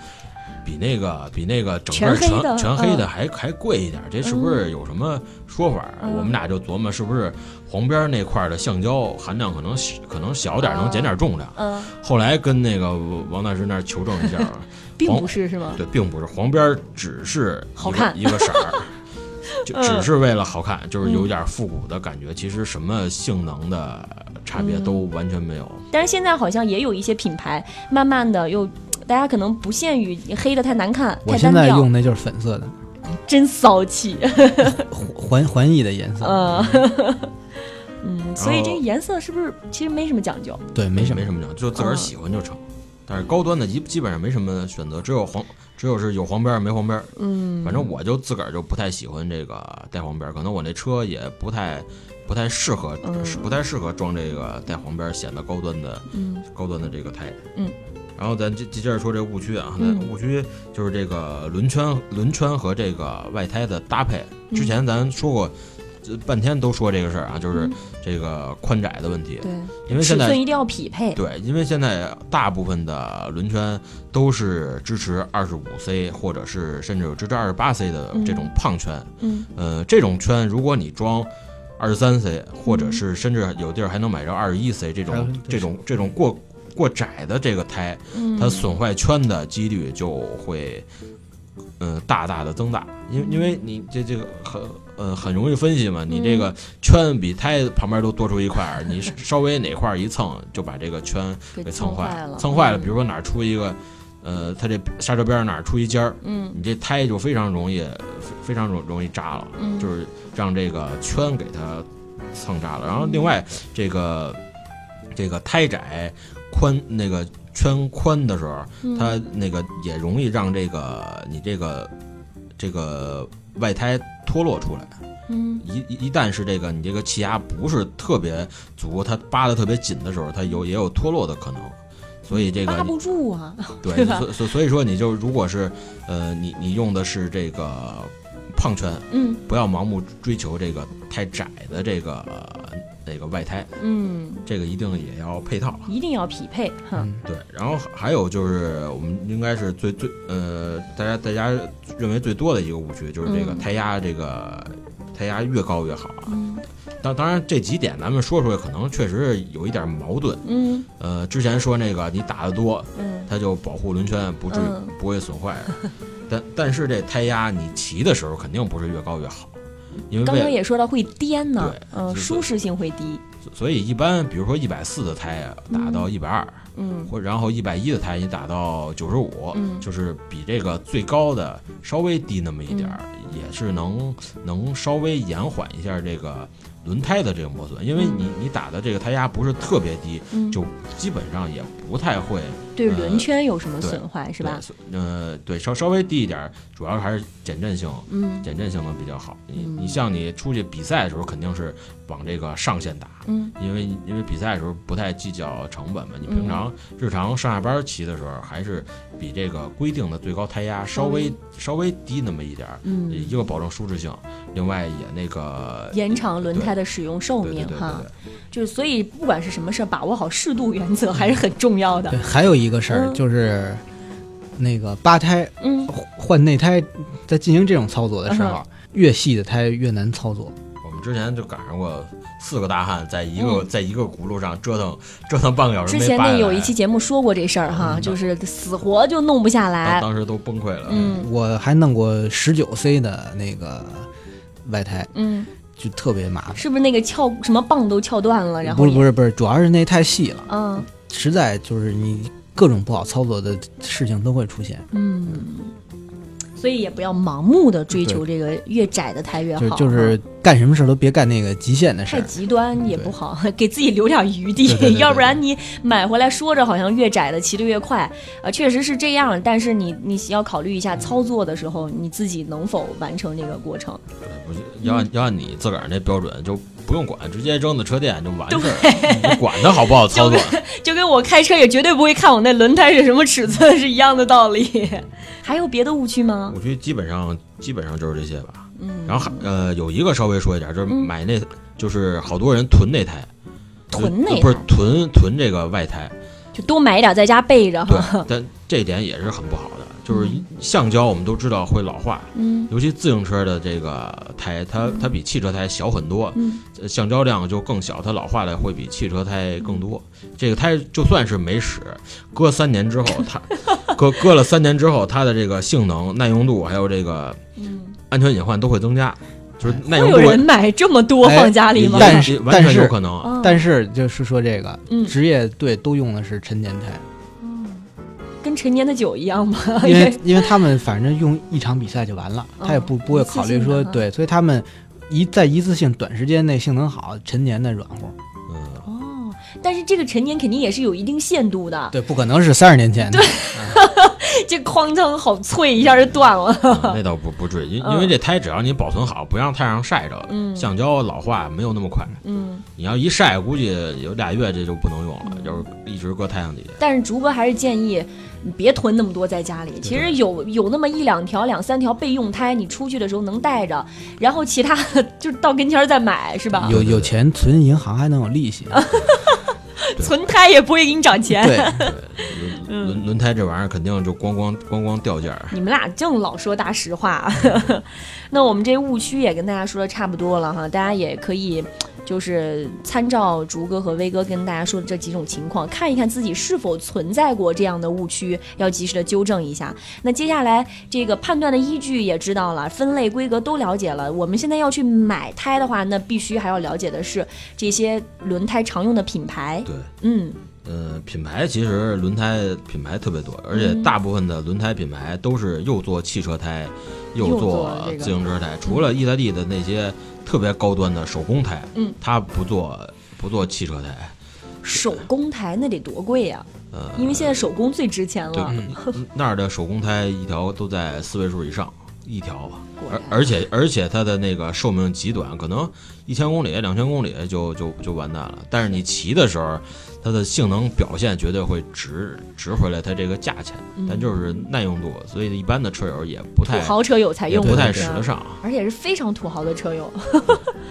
C: 比那个比那个整个
A: 全黑的
C: 全全黑的
A: 嗯
C: 还还贵一点儿，这是不是有什么说法儿？
A: 嗯
C: 我们俩就琢磨是不是黄边儿那块儿的橡胶含量可能可能小点儿，
A: 啊
C: 能减点儿重量。
A: 嗯，
C: 后来跟那个王大师那儿求证一下，
A: 并不是是吗？
C: 对，并不是黄边儿只是一个
A: 好看
C: 一个 色儿。就
A: 嗯
C: 只是为了好看，就是有点复古的感觉。其实什么性能的差
A: 嗯
C: 别都完全没有。
A: 但是现在好像也有一些品牌，慢慢的又，大家可能不限于黑的太难看、
B: 我
A: 太
B: 现
A: 单
B: 在
A: 调，
B: 用的就是粉色 的
A: 真骚气。
B: 环环翼的颜色，
A: 嗯 嗯，所以这个颜色是不是其实没什么讲究？
B: 对，没什么
C: 没什么讲，就
A: 嗯
C: 自个儿喜欢就成。但是高端的基基本上没什么选择，只有黄，只有是有黄边儿没黄边儿。
A: 嗯，
C: 反正我就自个儿就不太喜欢这个带黄边儿，可能我那车也不太不太适合，
A: 嗯
C: 是不太适合装这个带黄边儿，显得高端的
A: 嗯
C: 高端的这个胎。
A: 嗯。
C: 然后咱接接着说这个误区啊，那
A: 嗯
C: 误区就是这个轮圈、轮圈和这个外胎的搭配。
A: 嗯
C: 之前咱说过，这半天都说这个事儿啊，就是
A: 嗯
C: 这个宽窄的问题。
A: 对，
C: 因为
A: 尺
C: 现在
A: 寸一定要匹配。
C: 对，因为现在大部分的轮圈都是支持二十五 C，或者是甚至有支持二十八 C 的这种胖圈。
A: 嗯
C: 呃，这种圈如果你装二十三 C，或者是甚至有地儿还能买着二十一 C 这
B: 还有
C: 种
B: 就是
C: 这种这种过过窄的这个胎，
A: 嗯，
C: 它损坏圈的几率就会，呃，大大的增大，因为因为你这这个很呃很容易分析嘛，你这个圈比胎旁边都多出一块儿，你稍微哪块儿一蹭就把这个圈
A: 给
C: 给蹭
A: 坏
C: 了，
A: 了，
C: 蹭坏了，
A: 嗯
C: 比如说哪儿出一个，呃，它这刹车边儿哪儿出一尖儿，
A: 嗯
C: 你这胎就非常容易非非常容容易扎了，
A: 嗯
C: 就是让这个圈给它蹭炸了。然后另外
A: 嗯
C: 这个这个胎窄宽那个圈宽的时候，
A: 嗯
C: 它那个也容易让这个你这个这个外胎脱落出来。
A: 嗯
C: 一一一旦是这个你这个气压不是特别足，它扒的特别紧的时候，它有也有脱落的可能。所以这个
A: 扒不住啊。对
C: 对，
A: 吧
C: 所所所以说你就如果是呃你你用的是这个胖圈，
A: 嗯
C: 不要盲目追求这个太窄的这个呃那、个外胎，
A: 嗯，
C: 这个一定也要配套。
A: 一定要匹配哈。
B: 嗯，
C: 对，然后还有就是我们应该是最最呃大家大家认为最多的一个误区就是这个
A: 嗯
C: 胎压这个。胎压越高越好啊！
A: 嗯
C: 当当然这几点咱们说出来，可能确实是有一点矛盾。
A: 嗯
C: 呃，之前说那个你打得多，
A: 嗯
C: 它就保护轮圈不至于
A: 嗯
C: 不会损坏。但但是这胎压你骑的时候肯定不是越高越好，因为
A: 刚刚
C: 为
A: 也说到会颠呢
C: 对，
A: 嗯，
C: 就是
A: 舒适性会低，
C: 所以一般比如说一百四的胎啊打到一百二，
A: 嗯
C: 或然后一百一的胎你打到九十五
A: 嗯，
C: 就是比这个最高的稍微低那么一点儿，
A: 嗯
C: 也是能能稍微延缓一下这个轮胎的这个磨损，因为
A: 嗯
C: 你你打的这个胎压不是特别低，
A: 嗯，
C: 就基本上也不太会
A: 对
C: 呃
A: 轮圈有什么
C: 对
A: 损坏是吧？？
C: 对呃，对，稍稍微低一点儿，主要还是减震性，
A: 嗯
C: 减震性能比较好。你
A: 嗯
C: 你像你出去比赛的时候，肯定是往这个上限打，
A: 嗯
C: 因为因为比赛的时候不太计较成本嘛，你
A: 嗯
C: 平常日常上下班骑的时候，还是比这个规定的最高胎压稍微稍微低那么一点儿，
A: 嗯，
C: 一个保证舒适性，另外也那个
A: 延长轮胎的使用寿
C: 对对
A: 命
C: 对对
A: 哈
C: 对，对
A: 就是所以不管是什么事儿，把握好适度原则还是很重要的
B: 对，。还有一个事儿
A: 嗯
B: 就是，那个扒胎
A: 嗯，
B: 换内胎，在进行这种操作的时候，越细的胎越难操作。
C: 我们之前就赶上过四个大汉在一个、在一个轱辘上折腾折腾半个小时
A: 嗯之
C: 没
A: 前
C: 拔下
A: 那
C: 来
A: 有一期节目说过这事儿哈，
C: 嗯
A: 就是死活就弄不下
C: 当
A: 来。
C: 当时都崩溃了。
A: 嗯
B: 我还弄过十九 C 的那个外胎，
A: 嗯，
B: 就特别麻烦。
A: 是不是那个撬什么棒都撬断
C: 嗯
A: 了，然后
B: 不是不
A: 是，
B: 是不是，主要是那太细了，
A: 嗯
B: 实在就是你各种不好操作的事情都会出现。
A: 嗯，所以也不要盲目的追求这个越窄的胎越
B: 就
A: 好，嗯
B: 就是干什么事儿都别干那个极限的事
A: 太
B: 儿。
A: 极端也
B: 对
A: 不好， 给自己留点余地，
B: 对对对对
A: 要不然你买回来说着好像越窄的骑得越快，啊、确实是这样，但是你你要考虑一下操作的时候你自己能否完成这个过程。
C: 不是
A: 嗯
C: 要按要按你自个儿那标准，就不用管，直接扔到车店就完事儿了，你管它好 不好操作。
A: 就跟我开车也绝对不会看我那轮胎是什么尺寸是一样的道理。还有别的误区吗？
C: 我觉得基本上基本上就是这些吧。
A: 嗯，
C: 然后还呃有一个稍微说一点，就是
A: 嗯
C: 买那、就是好多人囤内胎，就
A: 囤内
C: 不是
A: 胎
C: 囤囤这个外胎，
A: 就多买一点在家备着哈。
C: 对，但这点也是很不好的。就是橡胶我们都知道会老化，
A: 嗯
C: 尤其自行车的这个胎，它它比汽车胎小很多，
A: 嗯
C: 呃橡胶量就更小，它老化的会比汽车胎更多。
A: 嗯
C: 这个胎就算是没使，搁三年之后，它 搁搁了三年之后，它的这个性能、耐用度还有这个
A: 嗯，
C: 安全隐患都会增加，就是耐
A: 会
C: 用
A: 有
C: 度
A: 人
C: 会
A: 买这么多放家里
C: 也
A: 吗？
B: 哎但
C: 也
B: 是
C: 也完
B: 但
C: 全
B: 是
C: 有可能。
A: 嗯
B: 但是就是说这个
A: 嗯
B: 职业队都用的是陈年胎，
A: 跟陈年的酒一样吗？
B: 因为因为他们反正用一场比赛就完了，
A: 嗯
B: 他也不不会考虑
A: 一次性
B: 说
A: 的啊
B: 对，所以他们一在一次性短时间内性能好，陈年的软乎，
C: 嗯，
A: 哦，但是这个陈年肯定也是有一定限度的，
B: 对，不可能是三十年前的，
A: 这哐当好脆，一下就断 了。
C: 嗯那倒不不至于，因因为
A: 嗯
C: 这胎只要你保存好，不让太阳晒着，
A: 嗯
C: 橡胶老化没有那么快。
A: 嗯，
C: 你要一晒，估计有俩月这就不能用了，就是一直搁太阳底下。
A: 但是竹哥还是建议。你别囤那么多在家里，其实有有那么一两条、两三条备用胎，你出去的时候能带着，然后其他的 就到跟前儿再买，是吧？
B: 有有钱存银行还能有利息，
A: 存胎也不会给你涨 钱。
B: 对，
C: 轮轮轮胎这玩意儿肯定就咣咣咣咣掉价儿。
A: 你们俩净老说大实话， 那我们这误区也跟大家说的差不多了哈，大家也可以。就是参照竹哥和威哥跟大家说的这几种情况，看一看自己是否存在过这样的误区，要及时的纠正一下。那接下来这个判断的依据也知道了，分类规格都了解了。我们现在要去买胎的话，那必须还要了解的是这些轮胎常用的品牌。
C: 对，
A: 嗯
C: 呃，品牌其实轮胎品牌特别多，而且大部分的轮胎品牌都是又做汽车胎，
A: 又
C: 做
A: 做这个
C: 自行车胎。除了意大利的那些特别高端的手工胎，
A: 嗯，
C: 它不做不做汽车胎。
A: 手工胎那得多贵呀、
C: 呃，
A: 因为现在手工最值钱
C: 对
A: 了。
C: 那儿的手工胎一条都在四位数以上，一条吧。
A: 果
C: 而
A: 然
C: 而且而且它的那个寿命极短，可能一千公里、两千公里就就就完蛋了。但是你骑的时候，它的性能表现绝对会值值回来它这个价钱，但就是耐用度，所以一般的车友也不
A: 土
C: 太
A: 豪车友才
C: 哎也
A: 用
C: 不
A: 的
C: 太
A: 是
C: 使
A: 吧
C: 得上。
A: 而且是非常土豪的车友。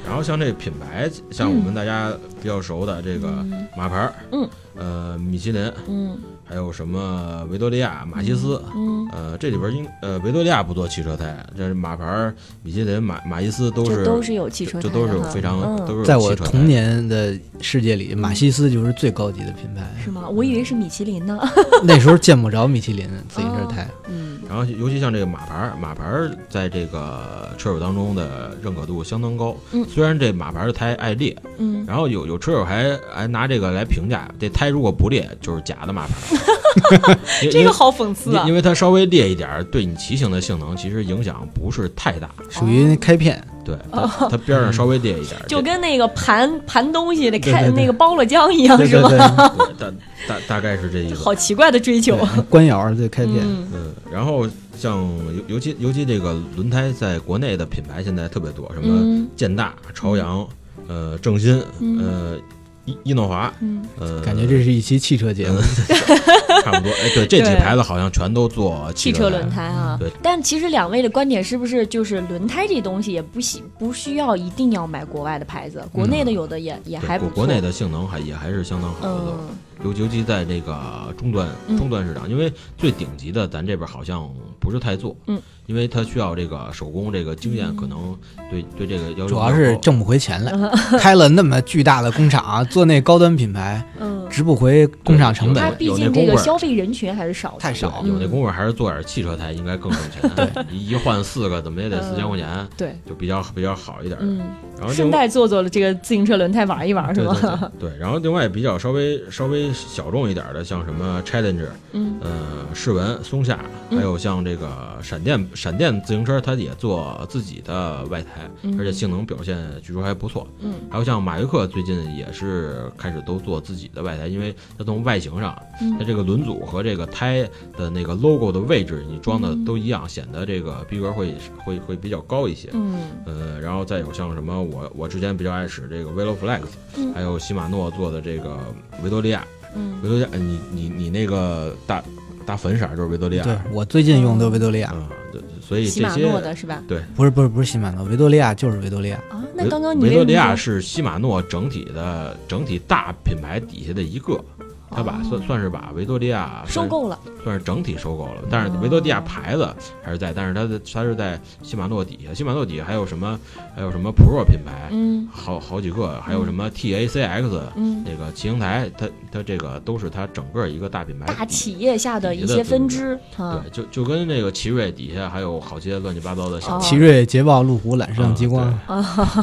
C: 然后像这品牌，像我们大家比较熟的这个马牌，
A: 嗯，
C: 呃，米其林，
A: 嗯
C: 还有什么维多利亚、马西斯，
A: 嗯，
C: 呃，这里边英呃维多利亚不做汽车胎，这是马牌儿米其林、马马伊斯都
A: 这
C: 是
A: 都是有汽车
C: 这
A: 胎
C: 这
A: 的
C: 都是有
A: 哈
C: 非常
A: 嗯
C: 都是有
B: 在我
C: 汽车胎
B: 童年的世界里，马西斯就是最高级的品牌。
A: 是吗？我以为是米其林呢。
B: 那时候见不着米其林自行车胎，
A: 嗯
C: 然后尤其像这个马牌儿，马牌儿在这个车友当中的认可度相当高。
A: 嗯
C: 虽然这马牌儿的胎爱裂，
A: 嗯，
C: 然后有有车友还还拿这个来评价，这胎如果不裂就是假的马牌儿。 因
A: 这个好讽
C: 因
A: 刺
C: 为
A: 啊
C: 因！为它稍微裂一点儿，对你骑行的性能其实影响不是太大。
B: 属于开片。
C: 对它它边上稍微裂一点儿，
A: 哦 就
C: 这
A: 跟那个盘盘东西的
B: 对
A: 开
B: 对对
A: 那个包了浆一样，
B: 对
A: 哦是
B: 对
A: 吧？
B: 对，
C: 对大大大概是这意思。
A: 好奇怪的追求。
B: 官窑儿最开片。
A: 嗯
C: 嗯，然后像尤尤其尤其这个轮胎，在国内的品牌现在特别多，什么
A: 嗯
C: 建大、朝阳、呃正新、
A: 嗯
C: 呃一一诺华，
A: 嗯，
C: 呃，
B: 感觉这是一期汽车节目，
C: 差不多。哎，对，这几
A: 对
C: 牌子好像全都做
A: 汽
C: 车
A: 车轮。胎啊
C: 对。
A: 但其实两位的观点是不是就是轮胎这东西也不需不需要一定要买国外的牌子，国内的有的也也
C: 嗯对
A: 还不
C: 国
A: 错。
C: 国内的性能还也还是相当好的，
A: 嗯
C: 都尤尤其在这个中端
A: 嗯
C: 中端市场，因为最顶级的咱这边好像不是太做，
A: 嗯，
C: 因为它需要这个手工这个经验，可能对对这个要求
B: 主要
C: 比较
B: 是
C: 高
B: 挣不回钱来，
A: 嗯
B: 开了那么巨大的工厂，啊做那高端品牌，
A: 嗯，
B: 值不回工厂成
A: 它
B: 本
C: 对。
A: 毕
C: 有那
A: 竟这
C: 功
A: 个
C: 夫儿
A: 消费人群还是少的，
B: 太少
C: 有那
A: 嗯
C: 功夫还是做点汽车胎应该更挣 钱。对，一换四个怎么也得
A: 嗯
C: 四千块钱，
A: 对，
C: 就比较比较好一点。
A: 嗯，
C: 然后
A: 顺
C: 另
A: 带做做了这个自行车轮胎玩一玩是
C: 对对
A: 吗？
C: 对对，然后另外比较稍微稍微小众一点的，像什么 Challenger，
A: 嗯
C: 呃，世文、松下，还
A: 嗯
C: 有像这个闪电闪电自行车，它也做自己的外胎，而且性能表现据说还不错。
A: 嗯
C: 还有像马约克最近也是开始都做自己的外胎，因为它从外形上，
A: 嗯
C: 它这个轮组和这个胎的那个 logo 的位置，你装的
A: 嗯
C: 都一样，显得这个逼格会会会比较高一些。
A: 嗯
C: 呃，然后再有像什么我我之前比较爱使这个 Velo Flex，
A: 嗯
C: 还有禧玛诺做的这个维多利亚，
A: 嗯，
C: 维多利亚，呃你你你那个大大粉色就是维多利亚，
B: 对我最近用的维多利亚，
C: 啊，对，所以
A: 禧
C: 这
A: 玛诺
C: 些
A: 的是吧？
B: 不是不是不是禧玛诺，维多利亚就是维多利亚。
A: 啊，那
C: 维
A: 刚刚你
C: 维
A: 为
C: 多
A: 什
C: 利
A: 么
C: 亚
A: 说
C: 是禧玛诺整体的整体大品牌底下的一个，它把算算是把维多利亚
A: 哦收
C: 算
A: 购哦了？
C: 算是整体收购了，但是维多利亚牌子还是在，但是它的它是在禧玛诺底下，禧玛诺底下还有什么还有什么 Pro 品牌，
A: 嗯
C: 好好几个，还有什么 TACX。
A: 嗯，
C: 那个骑行台，它它这个都是它整个一个大品牌
A: 大
C: 底
A: 企业下的一些分支啊
C: 对，，就就跟那个奇瑞底下还有好些乱七八糟的小
A: 哦
B: 奇瑞、捷豹、路虎、揽胜、极光，
C: 啊，
A: 嗯哦
C: 对就这就这就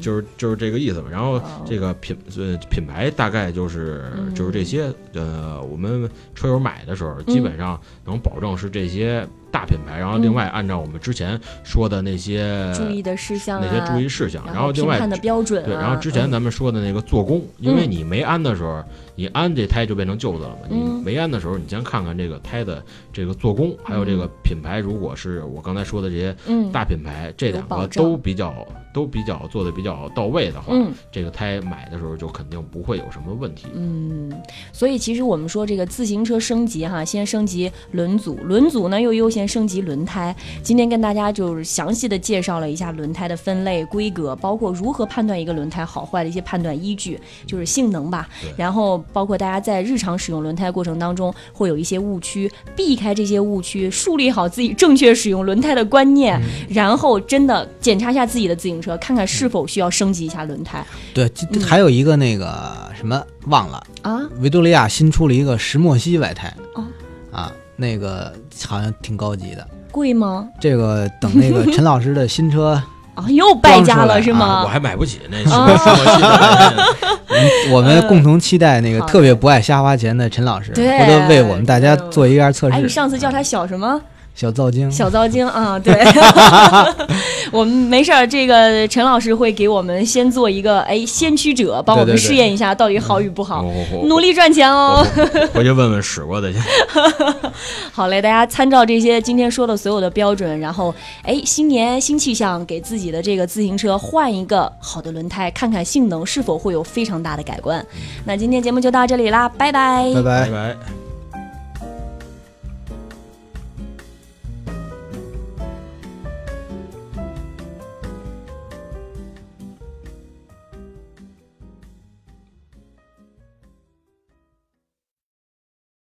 C: 就是就是这个意思吧。然后这个品呃品牌大概就是
A: 嗯
C: 就是这些呃，我们车友买的时候基
A: 嗯
C: 本上能保证是这些大品牌，然后另外按照我们之前说的那些
A: 注意的事项
C: 那些注
A: 啊
C: 意，事项，
A: 然
C: 然后另
A: 评
C: 外
A: 判的标准啊，
C: 对，然后之前咱们说的那个做工，因为你没安的时候，你安这胎就变成旧的了嘛。
A: 嗯
C: 你没安的时候，你先看看这个胎的这个做工，还有这个品牌，如果是我刚才说的这些
A: 嗯
C: 大品牌，这两
A: 有保
C: 个
A: 障
C: 都比较都比较做的比较到位的话，
A: 嗯
C: 这个胎买的时候就肯定不会有什么问题。
A: 嗯，所以其实我们说这个自行车升级哈，先升级轮组，轮组呢又优先升级轮胎。今天跟大家就是详细的介绍了一下轮胎的分类、规格，包括如何判断一个轮胎好坏的一些判断依据，就是性能吧
C: 对。
A: 然后包括大家在日常使用轮胎过程当中会有一些误区，避开这些误区，树立好自己正确使用轮胎的观念，然后真的检查一下自己的自行车，看看是否需要升级一下轮胎
B: 对，这这还有一个那个什么忘了，
A: 啊。
B: 维多利亚新出了一个石墨烯外胎
A: 哦，
B: 啊，那个好像挺高级的。
A: 贵吗？
B: 这个等那个陈老师的新车，
A: 啊，又败
B: 装
A: 家
B: 出来
A: 了是
B: 啊
A: 吗？
C: 我还买不起那什
A: 啊
C: 么什么新的，
B: 嗯我们共同期待那个
A: 好的
B: 特别不爱瞎花钱的陈老师，
A: 对
B: 回头为我们大家做一下测
A: 哎，你
B: 试，
A: 上次叫他小什么？
B: 小造精。
A: 小糟精 啊？对， 我们没事儿。这个陈老师会给我们先做一个哎先驱者，帮我
B: 对
A: 们
B: 对嗯对
A: 试验一下到底好与不好。
C: 我我
A: 努
C: 我
A: 力赚钱
C: 哦我
A: 哦！
C: 回去问问使过的去。
B: 嗯
A: 好嘞，大家参照这些今天说的所有的标准，然后哎，新年新气象，给自己的这个自行车换一个好的轮胎，看看性能是否会有非常大的改观。那今天节目就到这里啦，拜拜
B: 拜拜
C: 拜。拜。